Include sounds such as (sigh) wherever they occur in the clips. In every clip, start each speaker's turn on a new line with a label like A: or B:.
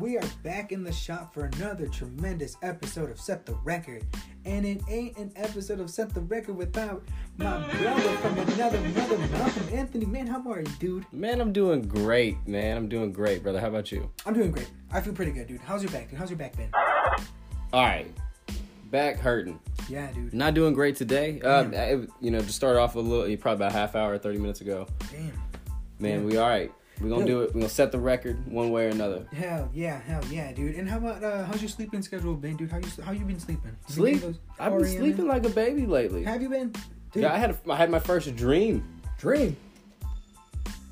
A: We are back in the shop for another tremendous episode of Set the Record. And it ain't an episode of Set the Record without my brother from another mother, Malcolm Anthony. Man, how are you, dude?
B: Man, I'm doing great, man. I'm doing great, brother. How about you?
A: I'm doing great. I feel pretty good, dude. How's your back, dude? How's your back been?
B: All right. Back hurting.
A: Yeah, dude.
B: Not doing great today. Uh, I- you know, to start off a little, eh, probably about a half hour, 30 minutes ago.
A: Damn.
B: Man, we all right. We're going to do it. We're going to set the record one way or another.
A: Hell yeah, hell yeah, dude. And how about uh, how's your sleeping schedule been, dude? How you how you been sleeping? You been
B: Sleep.
A: getting those E
B: I've been
A: REM?
B: sleeping like a baby lately.
A: Have you been? Dude,
B: Yeah, I had a, I had my first dream.
A: dream.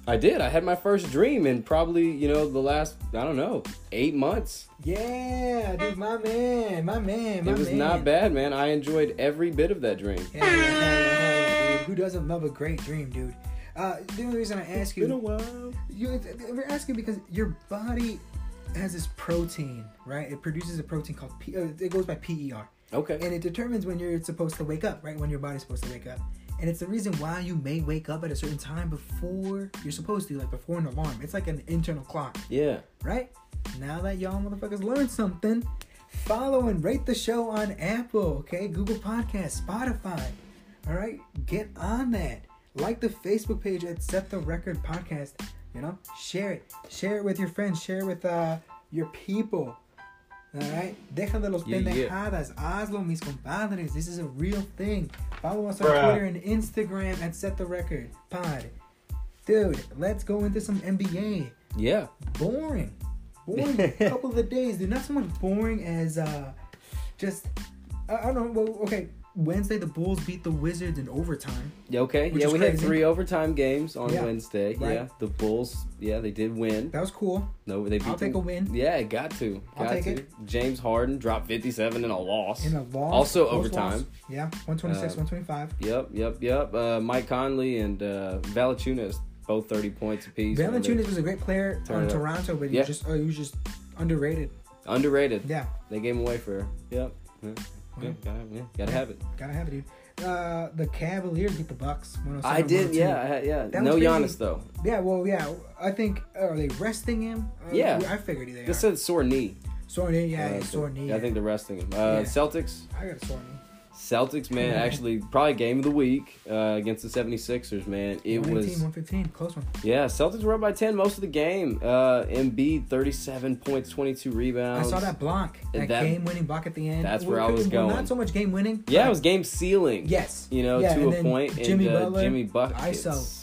B: I did. I had my first dream in probably, you know, the last, I don't know, eight months.
A: Yeah, dude, my man, my man, my
B: It was
A: man.
B: not bad, man. I enjoyed every bit of that dream.
A: Yeah, yeah, yeah, yeah, dude. Who doesn't love a great dream, dude? Uh, the only reason I ask you,
B: while.
A: you we're asking because your body has this protein, right? It produces a protein called P, uh, it goes by PER,
B: Okay.
A: and it determines when you're supposed to wake up, right? When your body's supposed to wake up, and it's the reason why you may wake up at a certain time before you're supposed to, like before an alarm. It's like an internal clock,
B: Yeah.
A: right? Now that y'all motherfuckers learned something, follow and rate the show on Apple, okay? Google Podcasts, Spotify. All right, get on that. Like the Facebook page at Set the Record Podcast. You know, share it. Share it with your friends. Share it with uh, your people. All right, deja de los
B: Yeah, yeah.
A: pendejadas. Hazlo, mis compadres. This is a real thing. Follow us on
B: Bruh.
A: Twitter and Instagram at Set the Record Pod. Dude, let's go into some NBA
B: Yeah.
A: boring. Boring
B: (laughs)
A: a couple of the days, dude. Not so much boring as uh just I, I don't know. Well, okay, Wednesday the Bulls beat the Wizards in overtime.
B: Yeah, okay.
A: Which
B: yeah,
A: is
B: we had
A: crazy.
B: three overtime games on
A: Yeah,
B: Wednesday.
A: right.
B: Yeah, the Bulls. Yeah, they did win.
A: That was cool.
B: No, they beat.
A: I'll take
B: them.
A: a win.
B: Yeah, it got to.
A: I'll
B: got
A: take
B: to.
A: it.
B: James Harden dropped 57 in a loss.
A: In a loss.
B: Also
A: close
B: overtime.
A: loss. Yeah, 126,
B: Um,
A: 125.
B: Yep, yep, yep. Uh, Mike Conley and uh, Valachunas both 30 points apiece.
A: Valanciunas was a great player
B: Turn it
A: on
B: up.
A: Toronto, but he
B: Yeah.
A: was just oh, he was just underrated.
B: Underrated.
A: Yeah,
B: They gave him away for. Yep. Yeah, yeah, gotta, yeah, gotta have it.
A: gotta have it, dude. Uh, the Cavaliers beat the Bucks. 107,
B: I did,
A: 102.
B: yeah, I had, yeah.
A: That
B: no
A: was crazy.
B: Giannis though.
A: Yeah, well, yeah. I think are they resting him? Uh,
B: Yeah.
A: I figured they
B: This
A: are.
B: said sore knee.
A: Sore knee, yeah,
B: Uh,
A: yeah, sore knee.
B: I think they're resting him. Uh,
A: Yeah.
B: Celtics.
A: I got a sore knee.
B: Celtics, man, actually probably game of the week uh, against the 76ers, man. It
A: 118,
B: was
A: 115, close one.
B: yeah, Celtics were up by 10 most of the game. Uh Embiid 37 points, 22
A: I
B: rebounds.
A: saw that block, that,
B: And that-
A: game-winning block at the end.
B: that's where I
A: Well,
B: was
A: well,
B: going.
A: Not so much game-winning.
B: Yeah,
A: but-
B: it was game ceiling.
A: yes.
B: You know,
A: Yeah,
B: to
A: and
B: a
A: then
B: point
A: Jimmy
B: and uh,
A: Butler,
B: Jimmy buckets.
A: ISO.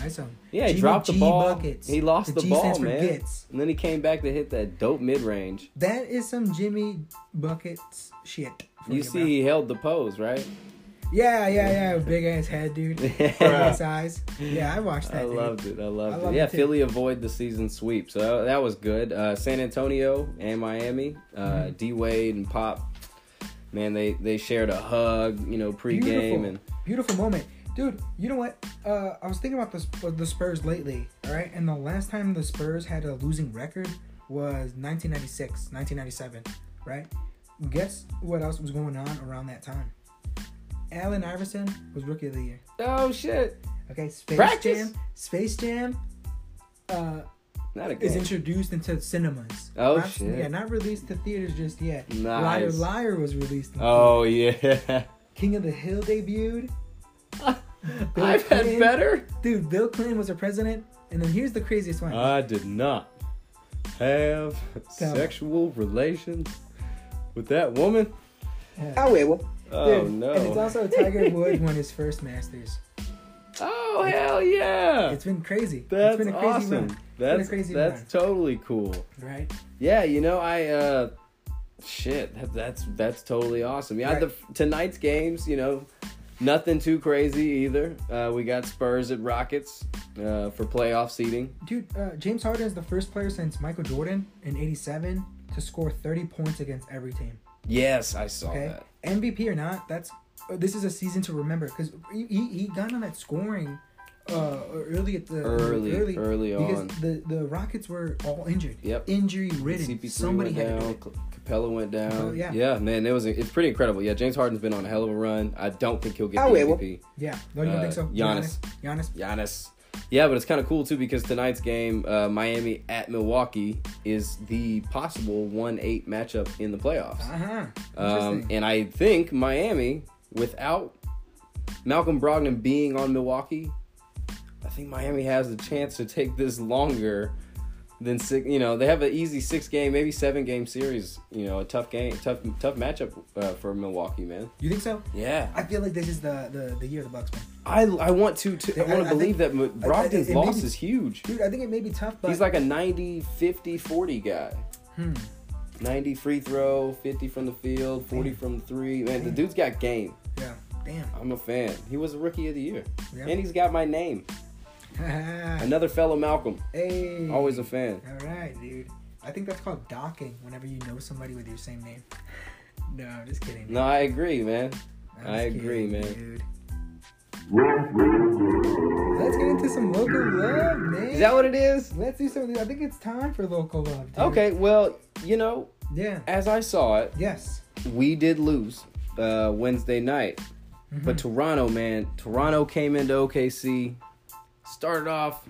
A: I saw. him.
B: Yeah, he
A: Jimmy
B: dropped the
A: G
B: ball.
A: Buckets.
B: He lost the,
A: G
B: ball,
A: stands for
B: man.
A: Gets.
B: And then he came back to hit that dope mid-range.
A: That is some Jimmy buckets shit. for
B: You see,
A: bro.
B: he held the pose, right?
A: Yeah, yeah, yeah. Big ass head,
B: (laughs)
A: dude. Big ass eyes. Yeah, I watched (laughs) that.
B: I
A: dude.
B: loved it. I
A: I
B: loved
A: love
B: it. Yeah,
A: it too.
B: Philly avoid the season sweep, so that, that was good. Uh, San Antonio and Miami, uh,
A: Mm-hmm.
B: D Wade and Pop, man, they they shared a hug, you know, pregame
A: Beautiful.
B: and
A: Beautiful moment. Dude, you know what? Uh, I was thinking about the, Sp- uh, the Spurs lately, all right? And the last time the Spurs had a losing record was 1996, 1997, right? Guess what else was going on around that time? Allen Iverson was Rookie of the Year.
B: oh shit,
A: Okay, Space
B: Practice.
A: Jam. Space Jam uh,
B: not a
A: is
B: game.
A: introduced into cinemas.
B: Oh,
A: Not-
B: shit.
A: Yeah, not released to theaters just yet. Liar
B: Nice.
A: Liar was released. In
B: (laughs) Oh yeah, (laughs)
A: King of the Hill debuted.
B: I've had
A: Clinton. (laughs)
B: better.
A: Dude, Bill Clinton was our president, and then here's the craziest one.
B: I did not have
A: Tell me.
B: sexual relations with that woman.
A: I will.
B: Oh
A: And it's
B: no.
A: also
B: (laughs)
A: Tiger Woods won his first Masters.
B: Oh hell yeah.
A: It's been crazy.
B: That's
A: it's been a crazy
B: awesome.
A: run,
B: That's
A: crazy
B: that's
A: run.
B: totally cool.
A: right?
B: Yeah, you know, I uh shit, that, that's that's totally awesome. Yeah,
A: Right.
B: the tonight's games, you know, nothing too crazy either. Uh we got Spurs at Rockets uh for playoff seeding.
A: Dude, uh, James Harden is the first player since Michael Jordan in '87 to score 30 points against every team.
B: Yes, I saw
A: Okay,
B: that.
A: MVP or not, that's uh, this is a season to remember because he, he he got on that scoring uh, early at the
B: Early, early
A: because
B: on.
A: the the Rockets were all injured.
B: Yep.
A: injury ridden.
B: CP3
A: Somebody
B: went
A: had to do
B: down,
A: it.
B: Ca- Capella went down.
A: Capella, yeah.
B: man, it was it's pretty incredible. Yeah, James Harden's been on a hell of a run. I don't think he'll get
A: I
B: the
A: will.
B: MVP.
A: Yeah, no, you don't
B: Uh,
A: think so?
B: Giannis.
A: Giannis.
B: Giannis Yeah, but it's kind of cool too because tonight's game, uh, Miami at Milwaukee, is the possible one eight matchup in the playoffs.
A: Uh huh.
B: Um, and I think Miami, without Malcolm Brogdon being on Milwaukee, I think Miami has a chance to take this longer than six. You know, they have an easy six game, maybe seven game series. You know, a tough game, tough, tough matchup uh, for Milwaukee, man.
A: you think so?
B: Yeah,
A: I feel like this is the the, the year of the Bucks, man.
B: I I want to. to I
A: I-
B: want
A: I
B: to believe that Mo-
A: I- I-
B: Brogdon's
A: it may
B: loss
A: be-
B: is huge.
A: Dude, I think it may be tough, but
B: He's like a 90, 50, 40 guy.
A: hmm.
B: 90 free throw, 50 from the field, 40
A: Damn.
B: from three. Man, the
A: Damn.
B: dude's got game.
A: Yeah.
B: I'm a fan. He was a rookie of the year.
A: Yeah.
B: And he's got my name.
A: Damn.
B: Another fellow Malcolm.
A: (laughs) hey.
B: Always a fan.
A: All right, dude. I think that's called docking. Whenever you know somebody with your same name. (laughs) No, I'm just kidding.
B: No, I agree, man.
A: I'm
B: I
A: just
B: agree,
A: kidding,
B: man.
A: Dude. Let's get into some local love, man.
B: Is that what it is?
A: Let's do something. I think it's time for local love. Dude.
B: Okay, well, you know,
A: Yeah.
B: as I saw it,
A: Yes.
B: we did lose uh, Wednesday night.
A: Mm-hmm.
B: But Toronto, man, Toronto came into OKC, started off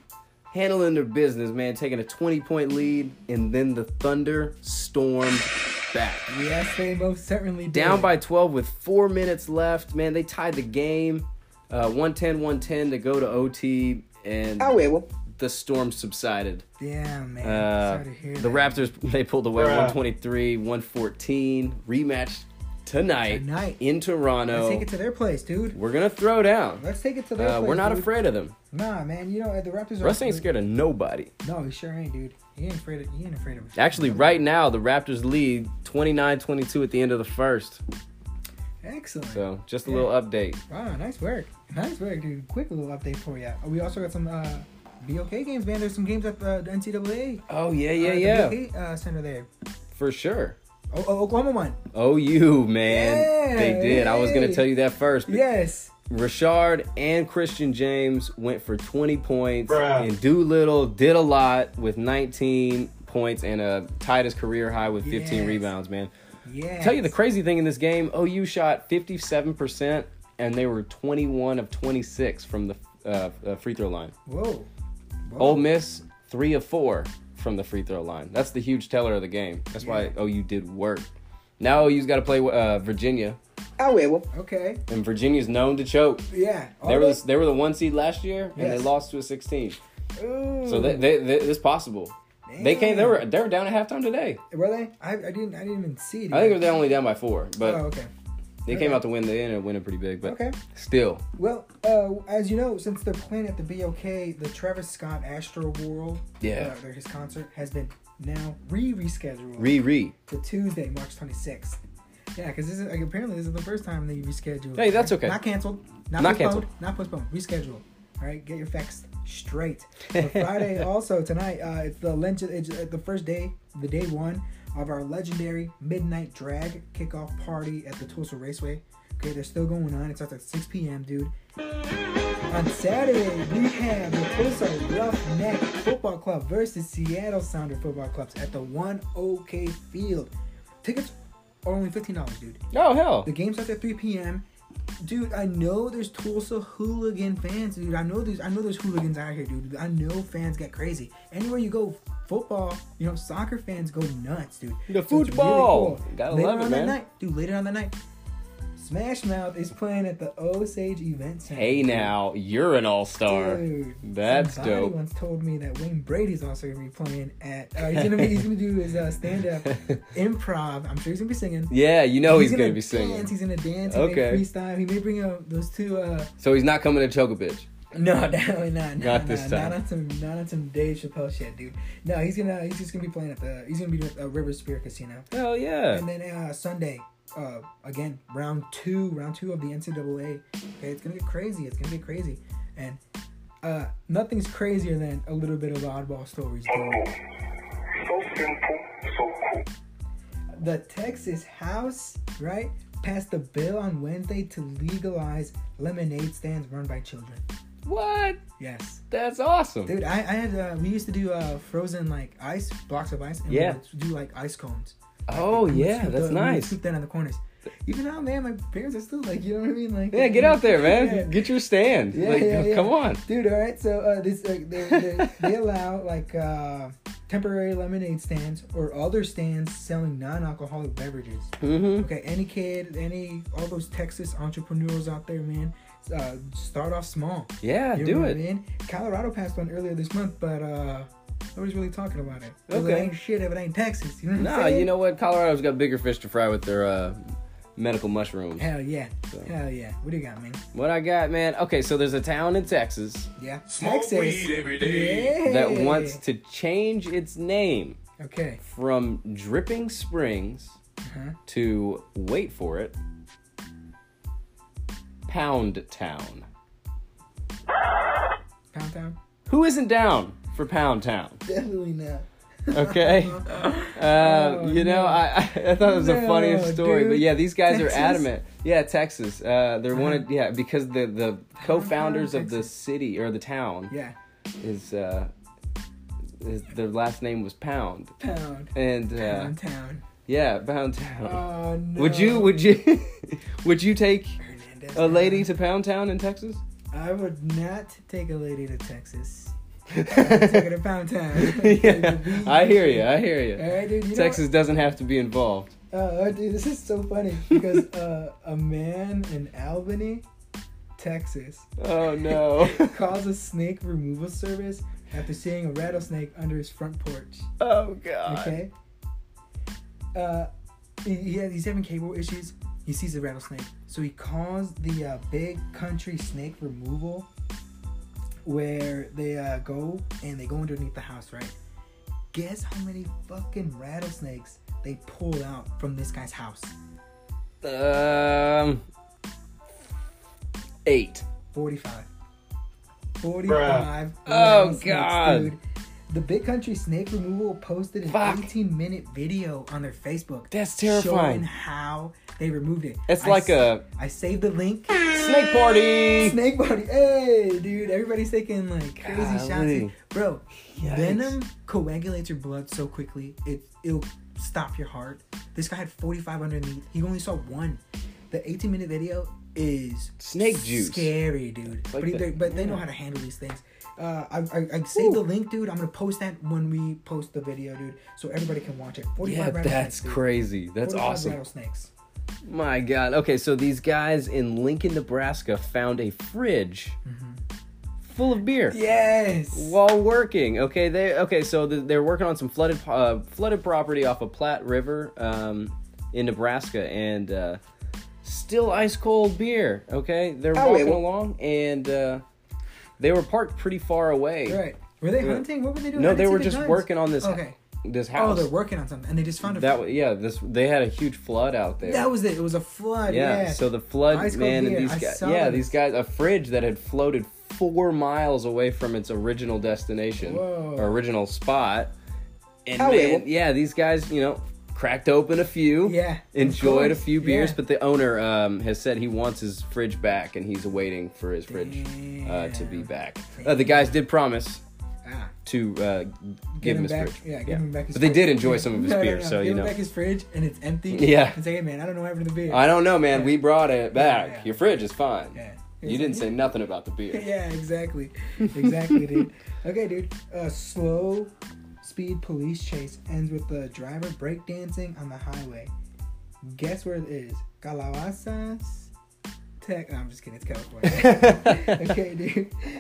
B: handling their business, man, taking a 20 point lead, and then the Thunder stormed back.
A: Yes, they most certainly did.
B: Down by 12 with four minutes left, man, they tied the game uh, 110 110 to go to OT, and
A: will.
B: the storm subsided.
A: Damn, man.
B: Uh,
A: Sorry to hear
B: the
A: that.
B: Raptors, (laughs) they pulled away
A: Bruh.
B: 123 114, rematch tonight,
A: Tonight.
B: in
A: Let's take
B: Toronto.
A: it to their place, dude.
B: We're going to throw down.
A: Let's take it to their
B: Uh,
A: place.
B: we're not
A: dude.
B: afraid of them.
A: Nah, man. You know uh, the Raptors are.
B: Russ ain't scared of nobody.
A: No, he sure ain't, dude. He ain't afraid. Of, he ain't afraid of.
B: Actually, right now, the Raptors lead 29 22 at the end of the first.
A: Excellent.
B: So, just a little update.
A: Wow, nice work. Nice work, dude. Quick little update for you. We also got some uh, BOK games, man. There's some games at uh, the NCAA.
B: Oh, yeah,
A: uh,
B: yeah,
A: the
B: yeah.
A: BOK, uh, center there.
B: For sure.
A: Oh, oh, Oklahoma
B: (laughs)
A: won.
B: Oh, you, man.
A: Yeah,
B: they did. I was going to
A: hey.
B: tell you that first. but
A: Yes.
B: Rashard and Christian James went for 20 points.
A: Bruh.
B: And Doolittle did a lot with 19 points and uh, tied his career high with 15
A: Yes.
B: rebounds, man.
A: Yeah.
B: Tell you the crazy thing in this game, OU shot 57% and they were 21 of 26 from the uh, uh, free throw line.
A: Whoa. Whoa.
B: Ole Miss, 3 of 4 from the free throw line. That's the huge teller of the game. That's why OU did work. Now OU's got to play uh, Virginia,
A: Okay.
B: and Virginia's known to choke.
A: Yeah.
B: They
A: All
B: were,
A: those-
B: the, they were the one seed last year, and they
A: Yes. Hmm.
B: lost to a 16.
A: Ooh.
B: So they, they, they, it's possible. They came. They were they were down at halftime today.
A: Were they? I, I didn't. I didn't even see. It
B: I think they're only down by four, but
A: Oh, okay.
B: they came out to win. They ended up winning pretty big, but
A: Okay.
B: still,
A: Well, uh, as you know, since they're playing at the BOK, the Travis Scott Astro World,
B: Yeah.
A: uh, their- his concert has been now re rescheduled
B: re re.
A: for Tuesday, March 26th. Yeah, because this is like, apparently this is the first time they rescheduled.
B: Hey, that's okay.
A: Not canceled. Not,
B: Not
A: postponed. Not postponed. Rescheduled. All right, get your facts (laughs) straight. But Friday also tonight. Uh, it's the legend. It's uh, the first day, the day one of our legendary midnight drag kickoff party at the Tulsa Raceway. Okay, they're still going on. It starts at 6 p.m., dude. On Saturday, we have the Tulsa Roughneck Football Club versus Seattle Sounder Football Clubs at the 1 OK Field. Tickets are only $15, dude.
B: Oh hell,
A: The game starts at 3 p.m. Dude, I know there's Tulsa hooligan fans, dude. I know there's I know there's hooligans out here, dude. I know fans get crazy. Anywhere you go, football, you know, soccer fans go nuts, dude.
B: The
A: it's really
B: football. Gotta
A: later
B: love it,
A: on
B: man.
A: that night, dude. Later on that night, Smash Mouth is playing at the Osage Event Center.
B: Hey
A: dude.
B: now, you're an all star.
A: Dude,
B: That's
A: somebody
B: dope.
A: once told me that Wayne Brady's also gonna be playing at. Uh, he's gonna be, he's gonna do his uh, stand
B: (laughs)
A: up improv. I'm sure he's gonna be singing.
B: Yeah, you know he's, gonna, be
A: dance,
B: singing.
A: He's gonna dance. He
B: Okay.
A: may freestyle. He may bring out those two.
B: (laughs)
A: uh
B: So he's not coming to choke a bitch.
A: No, definitely not. No,
B: Not
A: no,
B: this time.
A: Not on some. Not on some Dave Chappelle shit, dude. No, he's gonna. He's just gonna be playing at the. He's gonna be doing a River Spirit Casino.
B: Hell yeah.
A: And then uh, Sunday, uh, again, round two, round two of the NCAA. Okay, it's gonna get crazy. It's gonna get crazy, and uh, nothing's crazier than a little bit of oddball stories. Dude.
C: So simple, so cool.
A: The Texas House, right, passed a bill on Wednesday to legalize lemonade stands run by children.
B: What?
A: Yes.
B: That's awesome.
A: Dude, I, I had uh, we used to do uh, frozen like ice blocks of ice, and
B: Yeah.
A: we would do like ice cones.
B: oh
A: We would
B: yeah,
A: scoop
B: that's
A: the- we would (laughs)
B: nice.
A: Scoop that on the corners. Even now, man, my parents are still like, you know what I mean? Like,
B: Yeah, get out there, man.
A: (laughs) Yeah.
B: Get your stand.
A: Yeah,
B: like,
A: yeah, yeah.
B: come on.
A: dude. All right, so uh, this uh, they, they, they allow like uh, temporary lemonade stands or other stands selling non-alcoholic beverages.
B: Mm-hmm.
A: Okay, any kid, any all those Texas entrepreneurs out there, man, uh, start off small.
B: Yeah,
A: You know
B: do
A: what I
B: it.
A: mean? Colorado passed one earlier this month, but uh, nobody's really talking about it. 'Cause It
B: Okay.
A: ain't shit if it ain't Texas. You know what I'm
B: Nah,
A: saying?
B: you know what? Colorado's got bigger fish to fry with their uh, medical mushrooms.
A: Hell yeah.
B: So.
A: Hell yeah. What do you got, man?
B: What I got, man? Okay, so there's a town in Texas
A: Yeah.
C: Smoke
A: Texas.
C: weed every day.
A: Yeah.
B: that wants to change its name
A: Okay.
B: from Dripping Springs
A: Uh-huh.
B: to, wait for it, Pound Town.
A: Pound Town?
B: Who isn't down for Pound Town?
A: Definitely not. (laughs)
B: Okay. Uh,
A: Oh,
B: you
A: no.
B: know, I, I I thought it was the
A: No,
B: funniest story, but
A: dude.
B: yeah, these guys
A: Texas?
B: are adamant. Yeah, Texas. Uh, they're one of
A: Uh-huh.
B: yeah because the the co-founders of the
A: Texas.
B: city or the town
A: yeah.
B: is uh, is their last name was Pound,
A: Pound.
B: and uh,
A: Pound Town.
B: yeah, Pound Town.
A: Oh, no.
B: Would you would you (laughs) would you take
A: Hernandez
B: a lady
A: Island.
B: to Pound Town in Texas?
A: I would not take a lady to
B: (laughs)
A: Texas. I'd take her to Pound Town.
B: yeah, I hear you. I hear
A: All
B: you.
A: right, dude. You know
B: Texas doesn't have to be involved.
A: what? Uh, oh, dude, this is so funny because (laughs) uh, a man in Albany, Texas,
B: Oh no.
A: (laughs) calls a snake removal service after seeing a rattlesnake under his front porch.
B: (laughs) oh god.
A: Okay. Uh, he, he has, he's having cable issues. He sees a rattlesnake, so he calls the uh, big country snake removal, where they uh, go and they go underneath the house, right? Guess how many fucking rattlesnakes they pulled out from this guy's house?
B: Um, eight.
A: Forty-five. Forty-five.
B: Oh,
A: rattlesnakes,
B: God.
A: The Big Country Snake Removal posted an
B: Fuck.
A: 18-minute video on their Facebook.
B: That's
A: Showing
B: terrifying.
A: how they removed it.
B: It's
A: I
B: like
A: s-
B: a
A: I saved the link.
B: snake party.
A: Snake body. Hey, dude. Everybody's taking like crazy shots.
B: Golly.
A: Bro,
B: Yikes.
A: venom coagulates your blood so quickly. It, it'll stop your heart. This guy had 45 underneath. He only saw one. The 18 minute video is
B: Snake juice.
A: Scary, dude.
B: like
A: but he-
B: the-
A: they- but they know how to handle these things. Uh, I, I, I saved the link, dude. I'm gonna post that when we post the video, dude, so everybody can watch it. 45
B: Yeah,
A: rattlesnakes,
B: that's
A: dude.
B: crazy. That's
A: 45
B: awesome.
A: Rattlesnakes.
B: My God. Okay, so these guys in Lincoln, Nebraska, found a fridge
A: Mm-hmm.
B: full of beer.
A: Yes.
B: While working, okay, they okay, so th- they're working on some flooded uh, flooded property off of Platte River um, in Nebraska, and uh, still ice cold beer. Okay, they're
A: Oh, wait,
B: walking
A: wh-
B: along, and uh, they were parked pretty far away.
A: Right. Were they hunting? What were they doing? I
B: No,
A: didn't
B: they
A: see
B: were
A: the
B: just
A: guns.
B: working on this
A: Okay.
B: this
A: Oh,
B: house.
A: they're working on something, and they just found a.
B: that wa- yeah, this they had a huge flood out there.
A: That was it. It was a flood.
B: yeah,
A: Yeah.
B: so the flood
A: Ice cold
B: man and
A: beer.
B: these
A: I
B: guys
A: saw
B: yeah
A: this.
B: these guys a fridge that had floated four miles away from its original destination
A: Whoa.
B: or original spot and
A: Oh, yeah,
B: man,
A: well-
B: yeah these guys you know cracked open a few
A: Yeah, of
B: enjoyed a
A: course,
B: few beers
A: yeah.
B: but the owner um, has said he wants his fridge back and he's awaiting for his fridge uh, to be
A: Damn.
B: back uh, the guys did promise
A: Ah,
B: to uh, give him
A: him
B: his
A: back.
B: fridge
A: Yeah, give him back his.
B: but they
A: fridge.
B: did enjoy
A: Yeah.
B: some of his
A: (laughs) No, no,
B: beer
A: no.
B: so
A: give
B: you
A: him
B: know
A: back his fridge and it's empty.
B: Yeah.
A: And say, hey man, I don't know what happened to the beer.
B: I don't know, man.
A: Yeah.
B: We brought it back.
A: Yeah.
B: Your fridge is fine.
A: Yeah.
B: You didn't say nothing about the beer.
A: (laughs) Yeah, exactly, exactly, dude. Okay, dude. A slow speed police chase ends with the driver breakdancing on the highway. Guess where it is? Calabasas, Tech. No, I'm just kidding. It's California. okay, dude.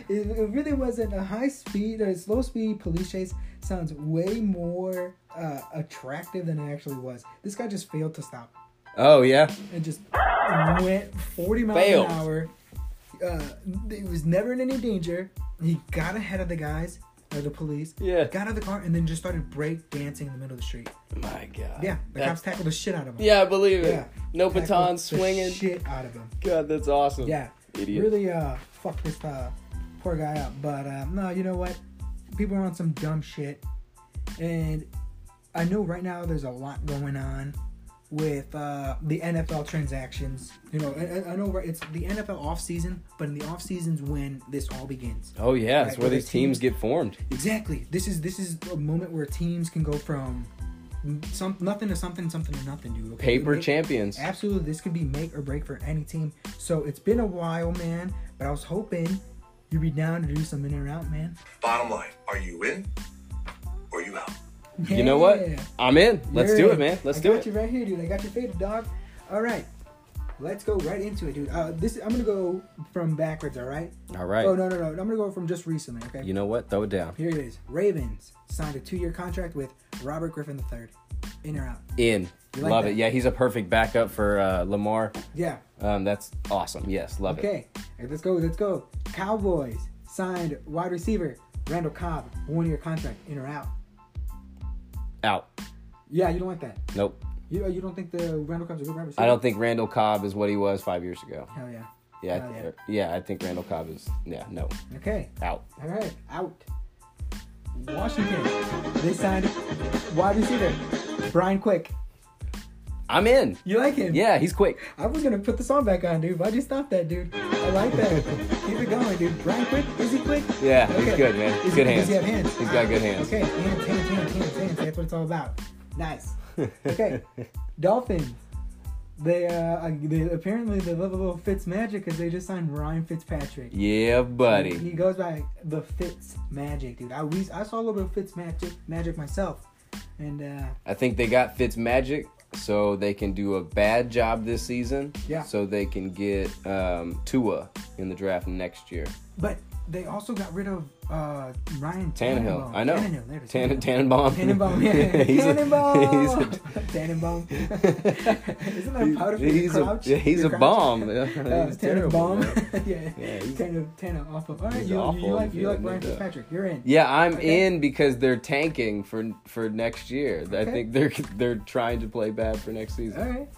A: It, it really wasn't a high speed or slow speed police chase. Sounds way more uh, attractive than it actually was. This guy just failed to stop
B: oh yeah.
A: and just went 40 miles
B: Failed.
A: an hour. Uh, he was never in any danger. He got ahead of the guys or the police.
B: Yeah.
A: Got out of the car and then just started break dancing in the middle of the street.
B: My God.
A: Yeah, the
B: That-
A: cops tackled the shit out of him.
B: yeah, I believe it.
A: Yeah.
B: No
A: Tackled
B: batons
A: the
B: swinging.
A: Shit out of him.
B: God, that's awesome.
A: Yeah.
B: Idiot.
A: Really uh fucked this uh poor guy up. But uh, no, you know what? People are on some dumb shit. And I know right now there's a lot going on with uh, the NFL transactions. You know, I, I- I know right- it's the NFL offseason, but in the off seasons when this all begins.
B: Oh yeah, that's
A: Right,
B: where
A: where
B: these
A: the
B: teams
A: teams-
B: get formed.
A: Exactly. This is this is a moment where teams can go from mm, some nothing to something, something to nothing, dude. okay?
B: Paper
A: Make-
B: champions.
A: Absolutely, this could be make or break for any team. So it's been a while, man. But I was hoping you'd be down to do some in and out, man.
D: Bottom line, are you in or you out?
B: You know what?
A: Yeah.
B: I'm in. Let's
A: You're
B: do
A: in.
B: it, man. Let's
A: I
B: do
A: got
B: it.
A: you right here, dude. I got your faded dog. All right, let's go right into it, dude. Uh, this I'm gonna go from backwards. All right.
B: All right.
A: Oh no no no! I'm gonna go from just recently. Okay.
B: You know what? Throw it down.
A: Here it is. Ravens signed a two-year contract with Robert Griffin III. In or out?
B: In.
A: You like
B: love
A: that?
B: it. Yeah, he's a perfect backup for uh, Lamar.
A: Yeah.
B: Um, that's awesome. Yes, love it.
A: Okay. Hey, let's go. Let's go. Cowboys signed wide receiver Randall Cobb one-year contract. In or out?
B: Out.
A: Yeah, you don't like that.
B: Nope.
A: You you don't think the Randall Cobb's a good wide receiver?
B: I don't think Randall Cobb is what he was five years ago.
A: Hell yeah.
B: Yeah,
A: Oh,
B: I
A: yeah.
B: th- yeah, I think Randall Cobb is. Yeah, no,
A: Okay.
B: out.
A: All right, out. Washington. They signed wide receiver Brian Quick.
B: I'm in.
A: You like him?
B: Yeah, he's quick.
A: I was gonna put the song back on, dude. Why'd you stop that, dude? I like that. Keep it going, dude. Brian Quick. Is he quick?
B: Yeah, he's good, man.
A: Is
B: Good
A: he, Does
B: hands.
A: he have hands?
B: He's got
A: Ah,
B: good hands.
A: Okay, hands, hands, hands, hands, hands. That's what it's all about. Nice.
B: (laughs)
A: Okay, Dolphins. They uh, they apparently they love a little Fitz magic because they just signed Ryan Fitzpatrick.
B: Yeah,
A: He
B: buddy.
A: goes by the Fitz Magic, dude. I we, I saw a little bit of Fitz Magic Magic myself, and uh,
B: I think they got Fitz Magic, so they can do a bad job this season.
A: Yeah.
B: So they can get um, Tua in the draft next year.
A: but they also got rid of uh, Ryan
B: Tannehill.
A: Tannenbaum.
B: I know.
A: Tannehill. There it is.
B: Tan-
A: Tannehill.
B: Tannenbaum. (laughs)
A: Tannenbaum, yeah.
B: he's a-
A: Tannenbaum.
B: he's a-
A: Tannenbaum. (laughs) Isn't that powder for
B: he's
A: your
B: a,
A: crouch?
B: yeah, (laughs) he's
A: Your
B: a
A: crouch?
B: bomb. (laughs)
A: Uh,
B: He's terrible,
A: Tannenbaum.
B: man.
A: (laughs) yeah.
B: Yeah, he's-
A: Tanner, Tanner off of. All right,
B: he's
A: you, you,
B: awful
A: you
B: on
A: like
B: the
A: you like
B: field,
A: Ryan
B: no doubt.
A: Fitzpatrick. You're in.
B: Yeah, I'm
A: Okay.
B: in because they're tanking for for next year. I
A: Okay.
B: think they're they're trying to play bad for next season.
A: All right.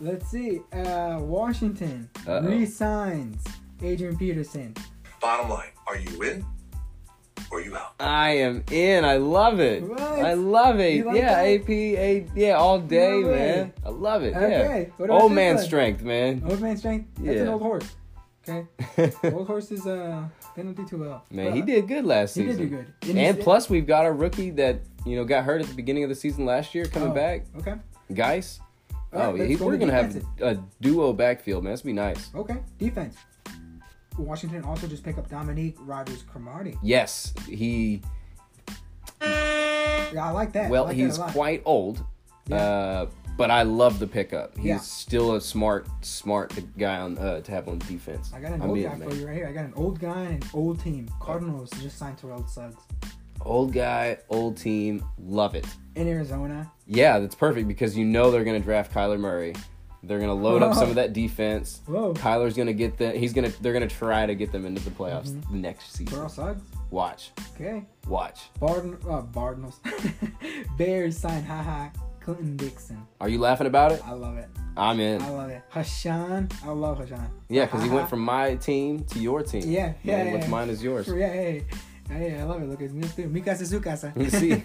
A: Let's see. Uh, Washington
B: Uh-oh.
A: re-signs Adrian Peterson.
D: Bottom line, are you in or you out?
B: I am in. I love it.
A: What?
B: I love it.
A: You like
B: yeah,
A: that?
B: AP, A, yeah, all day,
A: No way.
B: man. I love it.
A: Okay,
B: Yeah.
A: what about
B: Old
A: this
B: man
A: one?
B: strength, man.
A: Old man strength. That's an
B: Yeah.
A: old horse.
B: (laughs)
A: Okay. old horses. Uh, they don't do too well.
B: man, he
A: But
B: did good last
A: Uh, He did
B: season.
A: do good. And
B: And,
A: he's-
B: plus, we've got a rookie that you know got hurt at the beginning of the season last year coming
A: oh,
B: back,
A: Okay.
B: Geis.
A: All right,
B: oh, yeah,
A: let's
B: he-
A: go
B: we're
A: to
B: gonna have
A: defensive.
B: a duo backfield, man. That's be nice.
A: Okay. Defense. Washington also just pick up Dominique Rogers Cromartie.
B: Yes, he
A: Yeah, I like that. I
B: (laughs) Well,
A: like that
B: he's
A: a lot.
B: quite old,
A: Yeah.
B: uh, but I love the pickup. He's
A: Yeah.
B: still a smart, smart guy on uh, to have on defense.
A: I got an
B: I'm
A: old
B: in,
A: guy
B: man.
A: for you right here. I got an old guy and an old team. Cardinals just signed Terrell Suggs
B: Old guy, old team, love it.
A: in Arizona.
B: Yeah, that's perfect because you know they're gonna draft Kyler Murray. They're gonna load up
A: (laughs)
B: some of that defense.
A: Whoa.
B: Kyler's gonna get them. He's gonna. They're gonna try to get them into the playoffs
A: Mm-hmm.
B: next
A: Terrell
B: season.
A: Suggs.
B: Watch,
A: Okay.
B: watch.
A: Barden, uh, Bardinals. (laughs) Bears signed haha Clinton Dixon.
B: Are you laughing about it?
A: I love it.
B: I'm in.
A: I love it. Hashan. I love Hashan.
B: Yeah, because he
A: Ha-ha. (laughs)
B: went from my team to your team.
A: Yeah, yeah,
B: And
A: yeah,
B: what's
A: yeah.
B: mine is yours.
A: Yeah, hey, hey, I love it. Look, it's me too. Mi casa es su casa.
B: You see?
A: (laughs)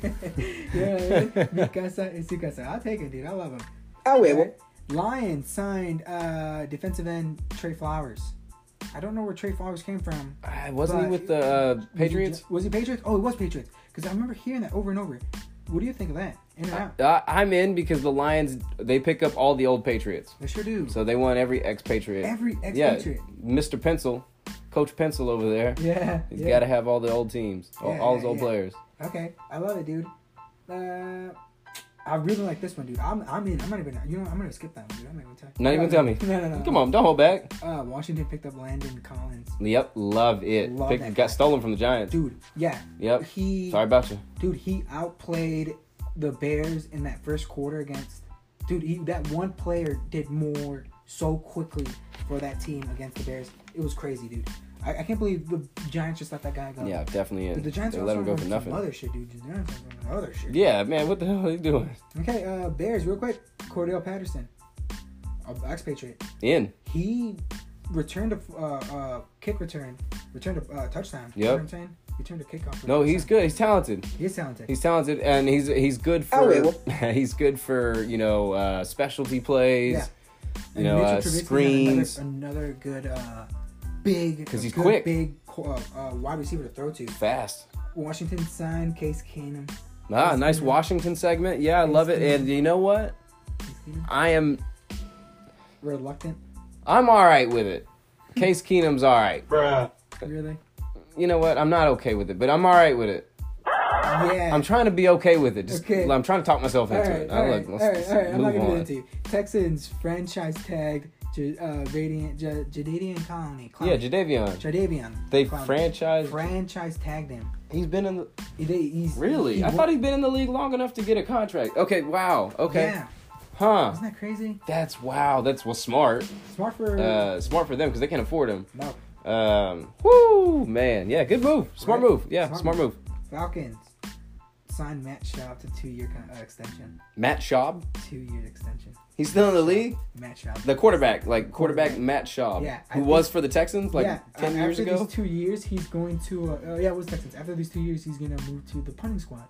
A: yeah, mi casa es su casa. I'll take it, dude. I love him.
B: Oh
A: Lions signed uh, defensive end Trey Flowers. I don't know where Trey Flowers came from.
B: Uh, wasn't he
A: But-
B: with the uh, Patriots?
A: Was he Patriots? Oh, it was Patriots. Because I remember hearing that over and over. What do you think of that? In or out?
B: Uh, I'm in because the Lions they pick up all the old Patriots,
A: They sure do.
B: so they want every ex-Patriot.
A: Every
B: yeah,
A: ex-Patriot.
B: Mr. Pencil, Coach Pencil over there.
A: Yeah.
B: He's
A: yeah.
B: got to have all the old teams, all,
A: Yeah,
B: all his
A: yeah,
B: old
A: yeah.
B: players.
A: Okay, I love it, dude. Uh, I really like this one, dude. I'm, I'm in. I'm not even. You know, what? I'm gonna skip that one, dude. I'm not even telling.
B: Not even tell me.
A: (laughs) No, no, no.
B: Come on, don't hold back.
A: Uh, Washington picked up Landon Collins,
B: Yep, love it.
A: Love
B: Pick-
A: that guy.
B: got stolen from the Giants.
A: dude. Yeah.
B: Yep.
A: He,
B: Sorry about you.
A: dude, he outplayed the Bears in that first quarter against. Dude, he, that one player did more so quickly for that team against the Bears. It was crazy, dude. I, I can't believe the Giants just let that guy go.
B: Yeah, definitely in.
A: But the Giants
B: they
A: are
B: let
A: also
B: him go
A: on
B: for
A: some
B: nothing.
A: other shit, dude. They're on some other shit.
B: Yeah, man, what the hell are you doing?
A: Okay, uh, Bears, real quick. Cordell Patterson, uh, expatriate.
B: In.
A: He returned a uh, uh, kick return, returned a uh, touchdown. You know
B: Yep.
A: what I'm saying? Returned a kickoff.
B: No, he's good. He's talented.
A: He's talented.
B: He's talented and he's he's good for (laughs) he's good for you know uh, specialty plays.
A: Yeah.
B: You know
A: Mitchell
B: uh,
A: Trubisky had
B: screens.
A: Another, another good, uh, big.
B: 'Cause he's
A: good,
B: quick.
A: Big uh, uh, wide receiver to throw to.
B: Fast.
A: Washington signed Case Keenum.
B: Ah, nice Washington segment. Yeah, I love it. And you know what? I am.
A: Reluctant,
B: I'm all right with it. Case Keenum's all right.
E: Bruh.
A: really?
B: You know what? I'm not okay with it, but I'm all right with it.
A: Yeah.
B: I'm trying to be okay with it. Just
A: Okay.
B: I'm trying to talk myself
A: All
B: into
A: right,
B: it.
A: all
B: I
A: right,
B: look,
A: all
B: let's,
A: right, all right. I'm not
B: move
A: gonna do
B: on.
A: that to you. Texans franchise tagged J- uh, Radiant J- Jadavian Clowney. Clowney.
B: Yeah, Jadavion.
A: Jadavian.
B: They
A: Clowney.
B: franchise.
A: franchise tagged him.
B: He's been in the
A: They, he's,
B: really. I thought he'd been in the league long enough to get a contract. Okay. Wow. Okay.
A: Yeah,
B: Huh.
A: isn't that crazy?
B: That's wow. That's well smart.
A: Smart for
B: Uh, smart for them because they can't afford him.
A: no
B: Um, whoo, man. Yeah, good move. Smart
A: Right.
B: move. Yeah,
A: Smart
B: smart,
A: move.
B: move.
A: Falcons. Signed Matt Schaub to two-year con- uh, extension.
B: Matt Schaub.
A: Two-year extension.
B: He's still in the league.
A: Matt Schaub.
B: The quarterback, like quarterback,
A: Quarterback.
B: Matt Schaub,
A: Yeah, I
B: who
A: think-
B: was for the Texans like
A: yeah,
B: ten
A: a-
B: years
A: after
B: ago.
A: these two years, he's going to. Uh, oh yeah, it was Texans. After these two years, he's gonna move to the punting squad. (laughs)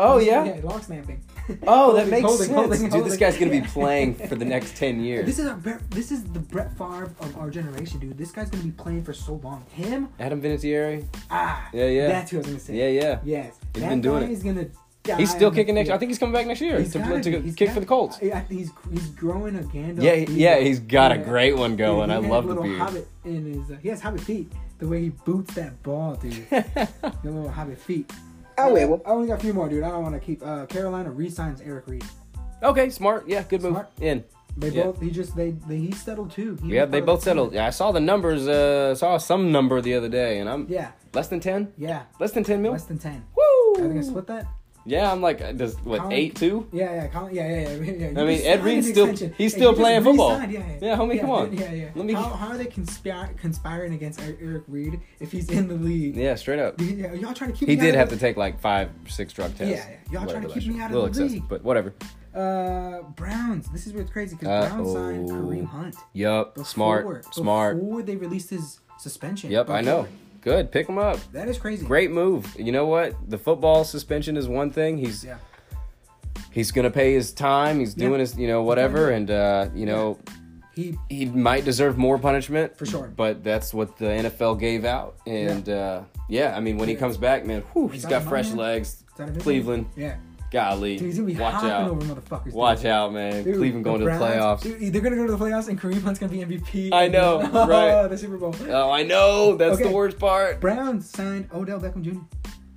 B: Oh, yeah?
A: yeah, log snapping. (laughs)
B: Oh, that
A: Holding,
B: makes
A: holding,
B: sense,
A: holding,
B: dude.
A: holding.
B: This guy's
A: (laughs)
B: gonna be
A: Yeah.
B: playing for the next ten years.
A: This is our Bre- this is the Brett Favre of our generation, dude. This guy's gonna be playing for so long. Him,
B: Adam Vinatieri.
A: ah,
B: Yeah, yeah.
A: that's who I was gonna say.
B: Yeah, yeah.
A: yes,
B: He's
A: that
B: been doing
A: guy
B: it.
A: is gonna. Die
B: He's still
A: on the
B: kicking next.
A: field.
B: I think he's coming back next year
A: He's
B: to,
A: gotta
B: to
A: be. He's
B: kick
A: gotta
B: for the
A: be.
B: Colts.
A: I, I think he's he's growing a Gandalf.
B: Yeah,
A: beard.
B: yeah, he's got a
A: Yeah.
B: great one
A: Dude,
B: going.
A: he
B: I
A: has
B: love the
A: little
B: beard.
A: Hobbit in his, uh, he has hobbit feet. The way he boots that ball, dude.
B: (laughs)
A: the little hobbit feet.
B: I will.
A: I only got a few more, dude. I don't want to keep. Uh, Carolina re-signs Eric Reed.
B: Okay, smart. Yeah, good move.
A: Smart.
B: In.
A: They
B: Yeah.
A: both. He just. They. they he settled too. He
B: Yeah,
A: was part of
B: they
A: the
B: both
A: team.
B: settled. Yeah, I saw the numbers. Uh, saw some number the other day, and I'm
A: Yeah.
B: less than ten.
A: Yeah.
B: Less than ten mil.
A: Less than ten. I think I
B: Woo!
A: split that.
B: Yeah, I'm like, uh, does what
A: Colin-
B: eight two?
A: Yeah, yeah, Colin, yeah, (laughs) yeah, yeah. yeah. You
B: I mean,
A: just
B: Ed
A: signed
B: Reed's
A: an
B: still-
A: extension.
B: he's
A: Hey,
B: still
A: you just
B: playing football.
A: re-signed, Yeah, yeah.
B: Yeah, homie,
A: yeah,
B: come on.
A: Yeah, yeah.
B: Let me-
A: How, how are they conspir- conspiring against Eric, Eric Reed if he's in the league?
B: Yeah, straight up.
A: Yeah, (laughs) y'all trying to keep.
B: He
A: me
B: did
A: out
B: have
A: of
B: to take like five, six drug tests.
A: Yeah, yeah. Y'all trying to
B: that
A: keep
B: shit.
A: me out of
B: Little
A: the
B: excessive,
A: league.
B: but whatever.
A: the uh, Browns. This is what's crazy because Browns
B: Uh-oh.
A: signed Kareem Hunt.
B: Yup.
A: Before,
B: Smart. Smart.
A: Before they released his suspension.
B: Yep, I know.
A: Before.
B: Good. Pick him up.
A: That is crazy.
B: Great move. You know what? The football suspension is one thing. He's
A: Yeah.
B: he's gonna pay his time. He's
A: Yeah.
B: doing his, you know, whatever,
A: Yeah.
B: and uh, you know,
A: He
B: he might deserve more punishment
A: For sure.
B: But that's what the NFL gave out, and uh, yeah, I mean, when
A: Yeah.
B: he comes back, man, whew,
A: Is
B: he's
A: that
B: got
A: him on
B: fresh
A: there?
B: legs.
A: is that a big
B: Cleveland,
A: one? Yeah.
B: golly,
A: Dude, he's gonna be
B: watch
A: hopping
B: out,
A: over motherfuckers. dude.
B: watch out, man.
A: Dude,
B: Cleveland going to the
A: Browns-
B: playoffs.
A: Dude, they're gonna go to the playoffs, and Kareem Hunt's gonna be MVP.
B: (laughs) I
A: (laughs)
B: know, right.
A: the Super Bowl.
B: Oh, I know. That's
A: Okay.
B: the worst part.
A: Browns signed Odell Beckham Jr.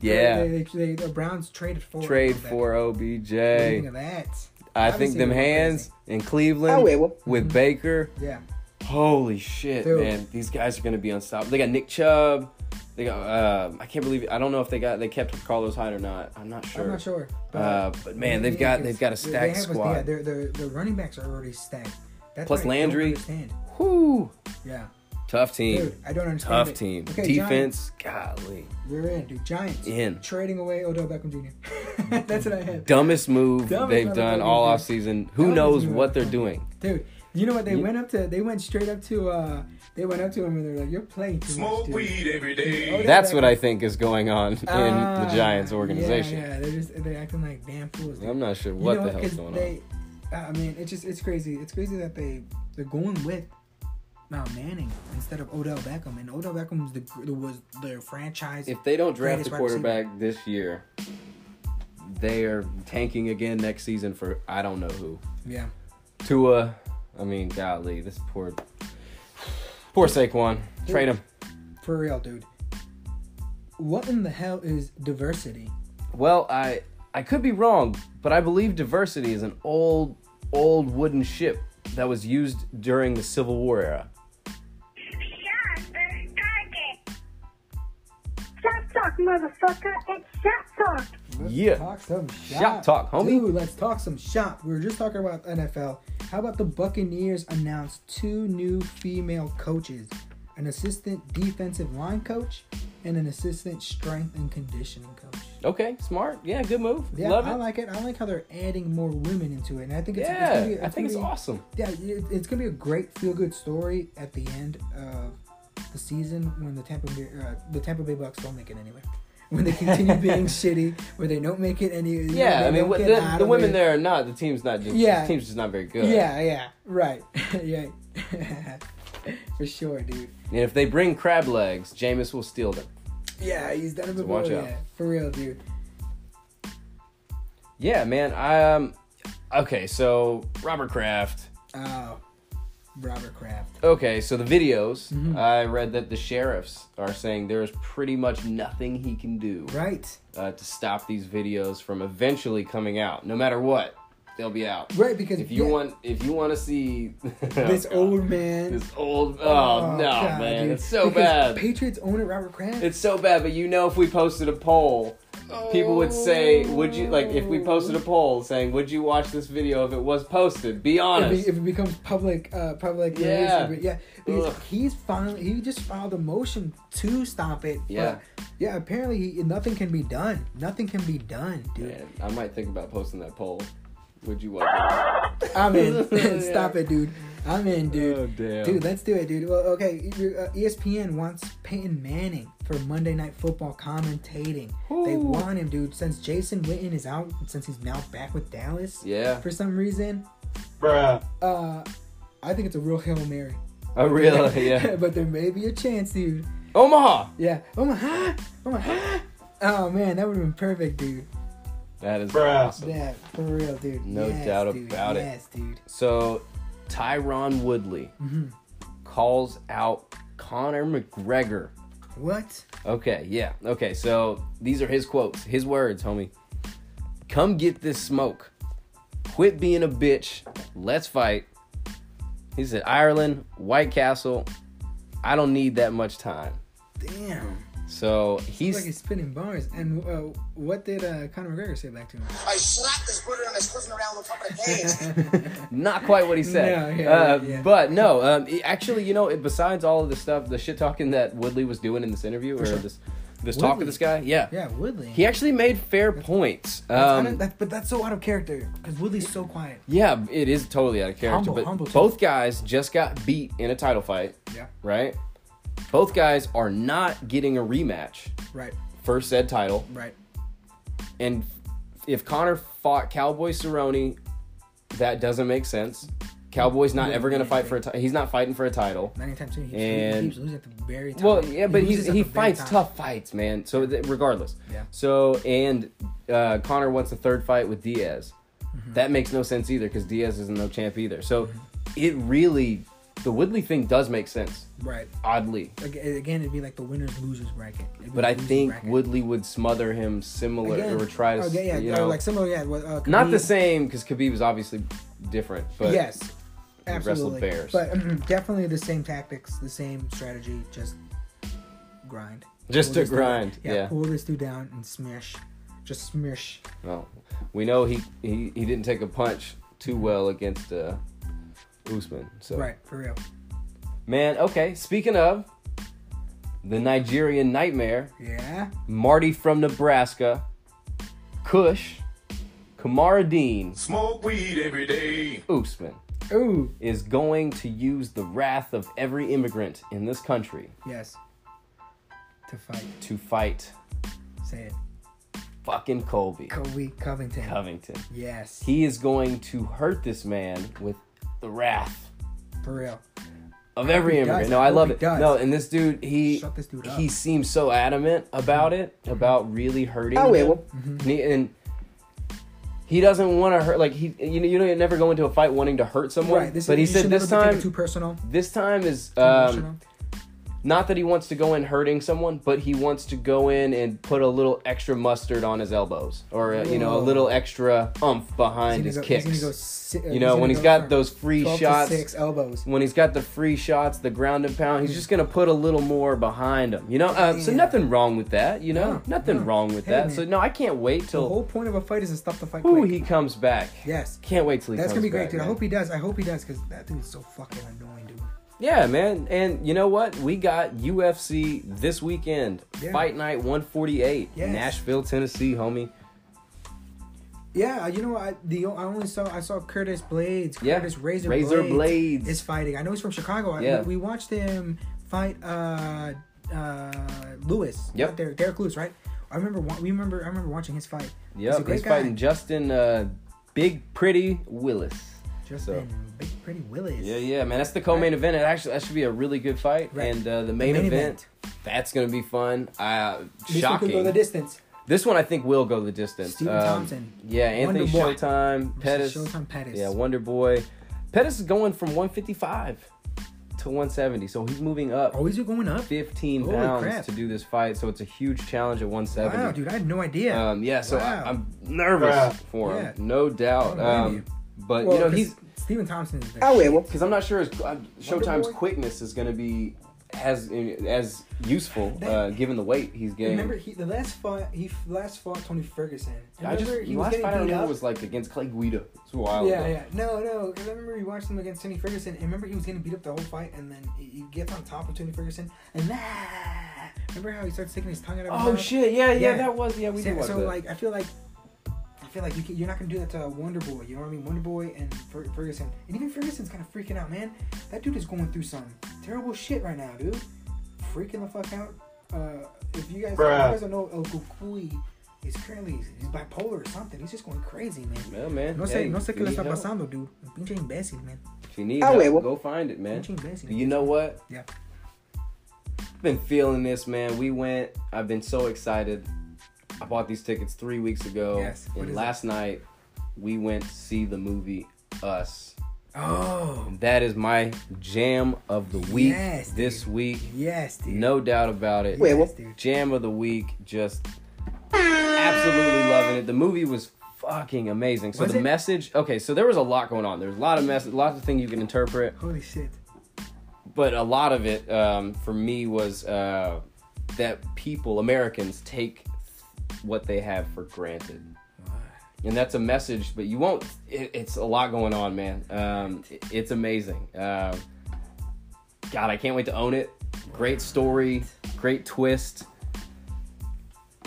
B: Yeah.
A: They, they, they, the Browns traded for
B: Trade
A: Odell Beckham.
B: for
A: What do you think
B: OBJ.
A: of that?
B: I think
A: Obviously,
B: them
A: they're
B: hands in
A: Oh,
B: Cleveland with Baker.
A: Yeah.
B: Holy shit,
A: mm-hmm. Dude.
B: man! These guys are gonna be unstoppable. They got Nick Chubb. They got. Uh, I can't believe. I don't know if they got. They kept Carlos Hyde or not. I'm not sure.
A: I'm not sure.
B: Uh, but man, they've got- they've got a
A: They- they
B: stacked
A: have
B: squad.
A: Yeah, their their their running backs are already stacked. That's
B: Plus
A: what I don't
B: Landry.
A: understand.
B: Whew.
A: Yeah,
B: Tough team.
A: dude, I don't understand.
B: Tough
A: it.
B: team.
A: Okay, Giants,
B: Defense. Golly.
A: we're in, dude. Giants
B: In.
A: trading away Odell Beckham Jr. (laughs) That's what I had,
B: Dumbest move
A: Dumbest
B: they've
A: motherfucking
B: done all
A: move.
B: off season. Who
A: Dumbest
B: knows
A: move
B: what they're
A: ever.
B: doing?
A: dude. You know what? They
B: Yeah.
A: went up to. They went straight up to. uh They went up to him and they're like, "You're playing too much,
D: Smoke
A: dude."
D: weed every day.
A: Odell
B: That's what
A: Beckham-
B: I think is going on (laughs) in
A: Ah,
B: the Giants organization.
A: Yeah, yeah, they're just they're acting like damn fools. dude.
B: I'm not sure
A: You
B: what
A: know
B: the hell's
A: 'cause
B: going on.
A: they, I I mean, it's just it's crazy. It's crazy that they they're going with Mount Manning instead of Odell Beckham, and Odell Beckham was the gr- was their franchise.
B: If they don't draft
A: Greatest
B: a
A: wide receiver.
B: quarterback this year, they are tanking again next season for I don't know who.
A: yeah,
B: Tua, I mean, golly, this poor, poor Saquon. Trade him.
A: for real, dude. What in the hell is diversity?
B: Well, I I could be wrong, but I believe diversity is an old old wooden ship that was used during the Civil War era.
F: Shot the target. Shot talk, motherfucker. It's shot talk.
B: Yeah.
A: Talk some shop.
B: Shop talk, homie.
A: Dude, let's talk some shop. We were just talking about NFL. How about the Buccaneers announced two new female coaches? An assistant defensive line coach and an assistant strength and conditioning coach.
B: Okay, smart. Yeah, good move.
A: Yeah,
B: Love
A: I
B: it.
A: like it. I like how they're adding more women into it, and I think it's, it's
B: yeah,
A: gonna be,
B: I think it's
A: gonna
B: awesome.
A: be- Yeah, it- it's gonna be a great feel-good story at the end of the season when the Tampa Bay, uh, the Tampa Bay Bucks don't make it anywhere. (laughs) When they
B: (laughs)
A: continue being shitty, where they don't make it any.
B: Yeah,
A: they
B: I mean,
A: don't
B: what,
A: get
B: the,
A: out
B: the
A: of
B: women
A: it.
B: there are not. The team's not just.
A: Yeah.
B: The team's just not very good.
A: Yeah, yeah, right, (laughs) yeah, (laughs) for sure, dude.
B: And if they bring crab legs, Jameis will steal them.
A: Yeah, he's done it
B: So
A: before.
B: watch
A: yeah,
B: out.
A: for real, dude.
B: yeah, man. I, um, okay, so Robert Kraft.
A: Oh, Robert Kraft.
B: Okay, so the videos.
A: Mm-hmm.
B: I read that the sheriffs are saying there is pretty much nothing he can do
A: Right.
B: uh, to stop these videos from eventually coming out. No matter what, they'll be out.
A: Right, because
B: If you
A: yeah,
B: want, if you want to see (laughs) Oh,
A: this old man.
B: this old, oh,
A: Oh,
B: no,
A: God,
B: man,
A: dude.
B: it's so
A: Because
B: bad.
A: Patriots owner Robert Kraft.
B: It's so bad, but you know, if we posted a poll, people would say, "Would you like?" If we posted a poll saying, "Would you watch this video if it was posted?" Be
A: if,
B: honest.
A: it, if it becomes public, uh, public, release,
B: Yeah.
A: but yeah, because
B: Ugh.
A: he's finally he just filed a motion to stop it. but
B: Yeah.
A: yeah. Apparently, he, nothing can be done. Nothing can be done, dude.
B: Man, I might think about posting that poll. Would you watch?
A: I'm
B: Yeah. (laughs)
A: in. (laughs) Stop it, dude. I'm in, dude.
B: Oh, damn.
A: Dude, let's do it, dude. Well, okay. you- uh, ESPN wants Peyton Manning for Monday Night Football commentating. They
B: Ooh.
A: want him, dude. Since Jason Witten is out, since he's now back with Dallas
B: It? Yeah,
A: for some reason, bruh. Uh, I think it's a real hail
B: (laughs)
A: mary.
B: I
A: (laughs)
B: Oh, really. Yeah,
A: but there may be a chance, dude.
B: Omaha.
A: Yeah. Oh my god. Oh my god. Oh man, that would have been perfect, dude.
B: That is awesome.
A: Yeah, for real, dude.
B: No
A: Yes,
B: doubt
A: dude.
B: about it.
A: Yes, dude.
B: So, Tyron Woodley
A: Mhm.
B: calls out Conor McGregor.
A: What?
B: Okay, yeah. Okay, so these are his quotes, his words, homie. Come get this smoke. Quit being a bitch. Let's fight. He said, Ireland, White Castle. I don't need that much time.
A: Damn.
B: So
A: He's like
B: he's
A: he's spinning bars. And uh, what did uh, Conor McGregor say back to him?
E: I slapped this brother and I squizzed him around on top of the cage.
B: not quite what he
A: (laughs)
B: said.
A: No, yeah,
B: uh,
A: yeah.
B: But no, um, it- actually, you know, it, besides all of the stuff, the shit talking that Woodley was doing in this interview or
A: sure.
B: this this talk
A: Woodley.
B: with this guy, yeah,
A: Yeah, Woodley.
B: he actually made fair points.
A: That's- I
B: Um,
A: don't- that- but that's so out of character because Woodley's so quiet.
B: Yeah, it is totally out of character.
A: Humble,
B: but
A: humble too.
B: both guys just got beat in a title fight,
A: Yeah.
B: right? Both guys are not getting a rematch
A: Right.
B: for said title.
A: Right.
B: And if Connor fought Cowboy Cerrone, that doesn't make sense. Cowboy's not ever going to fight for a title. He's not fighting for a title.
A: Not anytime soon. He keeps,
B: And-
A: he keeps losing at the very top.
B: Well, yeah, but
A: loses
B: he's,
A: at
B: he
A: the very
B: fights
A: top.
B: tough fights, man. So th- regardless.
A: Yeah.
B: So and uh, Connor wants a third fight with Diaz.
A: Mm-hmm.
B: That makes no sense either because Diaz isn't no champ either. So it really the Woodley thing does make sense
A: Right.
B: oddly,
A: Ag- Again, it'd be like the winners losers bracket. It'd be
B: but
A: the
B: I
A: losers
B: think
A: bracket.
B: Woodley would smother him similar
A: Again,
B: or try to, s-
A: okay, yeah,
B: you
A: uh,
B: know,
A: like similar, yeah. what, uh,
B: not the
A: Khabib-
B: same because Khabib is obviously different. But
A: yes,
B: wrestled
A: absolutely.
B: bears.
A: But mm, definitely the same tactics, the same strategy, just grind.
B: Just
A: Pull
B: to
A: this dude-
B: grind, yeah.
A: pull this dude down and smash, just smash.
B: well, we know he, he he didn't take a punch too well against uh, Usman. So
A: Right, for real.
B: Man, okay. Speaking of the Nigerian nightmare,
A: Yeah.
B: Marty from Nebraska, Kush, Kamara Dean,
D: Smoke weed every day.
B: Usman
A: Ooh.
B: is going to use the wrath of every immigrant in this country
A: Yes. To fight,
B: to fight
A: say it.
B: fucking Colby
A: Kobe Covington.
B: Covington.
A: yes.
B: He is going to hurt this man with the wrath
A: for real.
B: of every
A: he does.
B: immigrant. No,
A: I
B: I
A: hope
B: love
A: he
B: it.
A: does.
B: No, and this dude, he
A: Shut this dude
B: he
A: up. Mm-hmm.
B: seems so adamant about it, about really hurting.
A: Oh, yeah,
B: him.
A: well-
B: And he- and he doesn't want to hurt. Like he, you know, you don't never go into a fight wanting to hurt someone.
A: Right. This
B: but he
A: you
B: said
A: should
B: this
A: never take it
B: time,
A: too personal.
B: this time is
A: emotional.
B: um, not that he wants to go in hurting someone, but he wants to go in and put a little extra mustard on his elbows, or uh, you know, a
A: Whoa.
B: little extra umph behind
A: He's
B: his
A: gonna go- he's
B: kicks.
A: gonna go si- uh,
B: you know,
A: gonna
B: when he's
A: go
B: got
A: from
B: those free
A: 12 to
B: shots,
A: six elbows.
B: when he's got the free shots, the ground and pound, he's just gonna put a little more behind him. You know, uh, so
A: Yeah.
B: nothing wrong with that. You know,
A: No,
B: nothing
A: no.
B: wrong with
A: Hey,
B: that.
A: man.
B: So no, I can't wait
A: The
B: till
A: whole point of a fight is to stop the fight.
B: ooh,
A: quick.
B: he comes back.
A: Yes.
B: Can't wait till he
A: That's
B: comes
A: gonna be great,
B: back,
A: dude. I
B: man.
A: hope he does. I hope he does, because that dude's so fucking annoying, dude.
B: Yeah, man. And you know what? We got UFC this weekend,
A: Yeah.
B: Fight Night 148,
A: Yes.
B: Nashville, Tennessee, homie.
A: Yeah, you know, I the I only saw I saw Curtis Blades.
B: Yeah,
A: Curtis Razor,
B: Razor
A: Blades,
B: Blades.
A: is fighting. I know he's from Chicago. I,
B: Yeah.
A: we, we watched him fight uh uh Lewis.
B: Yep.
A: Not Derek, Derek Lewis, right? I remember wa- we remember I remember watching his fight.
B: Yep,
A: a
B: he's,
A: great guy.
B: fighting Justin uh, Big Pretty Willis.
A: Just
B: so-
A: been Big Pretty Willis.
B: Yeah, yeah, man. That's the co-main event. It actually, that should be a really good fight.
A: Right.
B: And uh, the main,
A: main
B: event, that's gonna be fun. Uh,
A: This one could
B: shocking.
A: go the distance.
B: This one I think will go the distance.
A: Stephen
B: Um,
A: Thompson.
B: Yeah, Anthony
A: Wonderboy.
B: Showtime, Pettis.
A: Versus Showtime Pettis.
B: Yeah, Wonder Boy. Pettis is going from 155 to 170, so he's moving up
A: Always you going up?
B: 15
A: Oh. Holy
B: pounds
A: crap.
B: to do this fight, so it's a huge challenge at 170.
A: Wow, dude, I had no idea.
B: Um, yeah, so
A: Wow.
B: I, I'm nervous
G: Yeah.
B: for him,
A: Yeah.
B: no
A: I don't
B: doubt.
A: blame
B: Um,
A: you.
B: but
A: Well,
B: you know
A: 'cause
B: he's
A: Stephen Thompson is there.
H: However,
B: because I'm not sure his, uh, Showtime's
A: Wonderboy?
B: quickness is going to be as as useful uh,
A: That-
B: given the weight he's getting.
A: Remember he the last fought he f- last fought Tony Ferguson.
B: I just
A: Remember he was
B: last
A: getting
B: fight I
A: beat
B: remember
A: up.
B: was like against Clay Guida. It's a while
A: yeah,
B: ago.
A: yeah. No, no. 'cause I remember we watched him against Tony Ferguson, and remember he was getting beat up the whole fight, and then he, he gets on top of Tony Ferguson, and that. Remember how he starts taking his tongue out of his
B: Oh
A: mouth?
B: shit! Yeah, yeah,
A: Yeah.
B: that was yeah. We
A: So,
B: did watch
A: so,
B: that.
A: like, I feel like. I feel like you can, you're not gonna do that to Wonder Boy. You know what I mean? Wonder Boy and Fer- Ferguson, and even Ferguson's kind of freaking out, man. That dude is going through some terrible shit right now, dude. Freaking the fuck out. Uh, if you guys, if you
G: Bruh.
A: guys don't know, El Kukui is currently he's bipolar or something. He's just going crazy, man.
B: well, man.
A: No
B: hey,
A: sé, no sé
B: if
A: qué
B: you
A: le
B: need
A: está
B: help-
A: pasando, dude. Un Pinche imbécil, man.
B: If you need
H: Ah,
B: help,
H: huevo.
B: go find it, man.
A: Pinche imbécil.
B: You know what?
A: Yeah.
B: Been feeling this, man. We went. I've been so excited. I bought these tickets three weeks ago,
A: Yes, what
B: and
A: is
B: last night we went to see the movie Us.
A: Oh,
B: That is my jam of the week
A: Yes, dude.
B: this week.
A: yes, dude.
B: No doubt about it.
H: Wait,
A: yes,
H: what?
A: dude.
B: Jam of the week. Just absolutely loving it. The movie was fucking amazing. So
A: Was
B: the
A: it?
B: message. Okay, so there was a lot going on. There's a lot of message, lots of things you can interpret,
A: Holy shit.
B: but a lot of it um, for me was uh, that people, Americans, take what they have for granted. And that's a message, but you won't. It, it's a lot going on, man. Um, it- it's amazing. Um God, I can't wait to own it. Great story, great twist.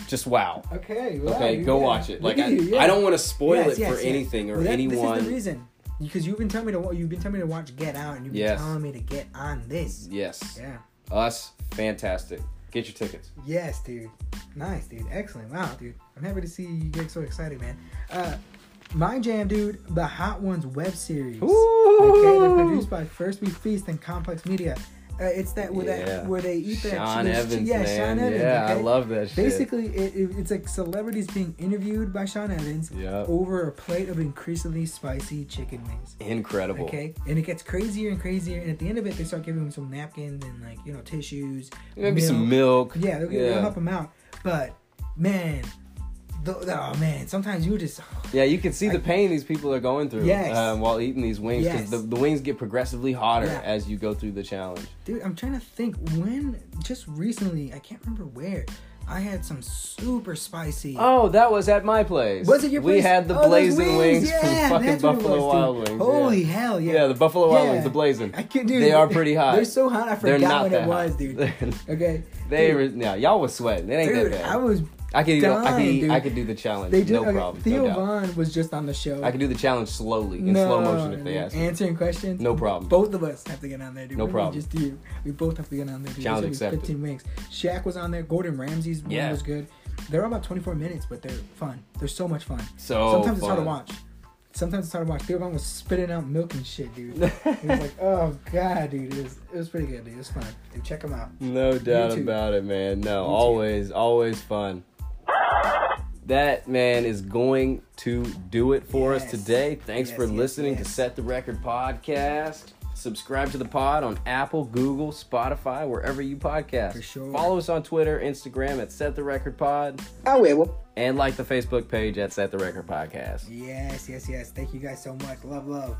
B: Just wow.
A: Okay. wow,
B: Okay,
A: dude,
B: go
A: Oh, yeah.
B: watch it. Like
A: Look
B: I,
A: at you, (laughs) yeah.
B: I don't want to spoil
A: Yes,
B: it
A: yes,
B: for
A: yes.
B: anything or
A: Well, that-
B: anyone.
A: This is the reason. Because you've been telling me to wa- you've been telling me to watch Get Out, and you've been
B: Yes.
A: telling me to get on this.
B: Yes.
A: Yeah.
B: Us, fantastic. Get your tickets.
A: Yes, dude. Nice, dude. Excellent. Wow, dude. I'm happy to see you get so excited, man. Uh, my jam, dude. The Hot Ones web series. Okay, they're produced by First We Feast and Complex Media. Uh, it's that where
B: Yeah.
A: that where they eat that.
B: Sean
A: those-
B: Evans,
A: yeah,
B: man.
A: Sean Evans.
B: yeah, I
A: okay?
B: love that shit.
A: Basically, it, it- it's like celebrities being interviewed by Sean Evans
B: Yeah.
A: over a plate of increasingly spicy chicken wings.
B: incredible.
A: Okay, and it gets crazier and crazier, and at the end of it, they start giving him some napkins and like you know tissues.
B: Maybe some milk.
A: Yeah, they'll, they'll help him out. But man, the, oh man, sometimes you just (sighs)
B: Yeah, you can see the pain these people are going through
A: Yes.
B: um, while eating these wings because
A: Yes.
B: the, the wings get progressively hotter
A: Yeah.
B: as you go through the challenge.
A: Dude, I'm trying to think when just recently, I can't remember where, I had some super spicy.
B: Oh, that was at my place.
A: was it your
B: We
A: place?
B: had the
A: Oh, those
B: blazing wings,
A: Yeah,
B: from fucking
A: that's what it
B: Buffalo
A: was,
B: Wild
A: dude.
B: Wings.
A: Holy
B: yeah.
A: hell, yeah.
B: Yeah, the Buffalo Wild
A: Yeah.
B: Wings, the blazing.
A: I can do
B: They are pretty
A: (laughs)
B: hot.
A: They're so hot, I
B: They're
A: forgot
B: not
A: what
B: that
A: it was,
B: hot.
A: dude.
B: They're-
A: Okay.
B: (laughs) They
A: Dude,
B: were yeah, y'all was sweating. It ain't
A: dude,
B: that bad.
A: I was.
B: I could eat, I could
A: dying,
B: eat, I
A: dude.
B: could do the challenge.
A: They did,
B: no
A: okay,
B: problem.
A: Theo
B: no doubt.
A: Vaughn was just on the show.
B: I could do the challenge slowly in slow motion if they asked. me.
A: Answering questions.
B: No problem.
A: Both of us have to get on there, dude.
B: No
A: Maybe
B: problem.
A: Just you. We both have to get on there, dude.
B: Challenge
A: There's gonna be
B: accepted.
A: 15 wings. Shaq was on there. Gordon Ramsay's one
B: Yeah.
A: was good. They're all about 24 minutes, but they're fun. They're so much fun.
B: So
A: Sometimes it's hard to
B: fun.
A: watch. Sometimes it's hard to watch. Theo Von was spitting out milk and shit,
B: (laughs)
A: dude. it was like, oh god, dude. It was, it was pretty good, dude. It was fun. Dude, check them out.
B: No doubt
A: YouTube.
B: about it, man. No, always, always fun. That man is going to do it for us
A: Yes.
B: today. Thanks
A: Yes,
B: for
A: yes,
B: listening
A: yes.
B: to Set the Record podcast. Subscribe to the pod on Apple, Google, Spotify, wherever you podcast.
A: For sure.
B: Follow us on Twitter, Instagram at Set the Record Pod,
H: however,
B: and like the Facebook page at Set the Record Podcast.
A: Yes, yes, yes. Thank you guys so much. Love, love.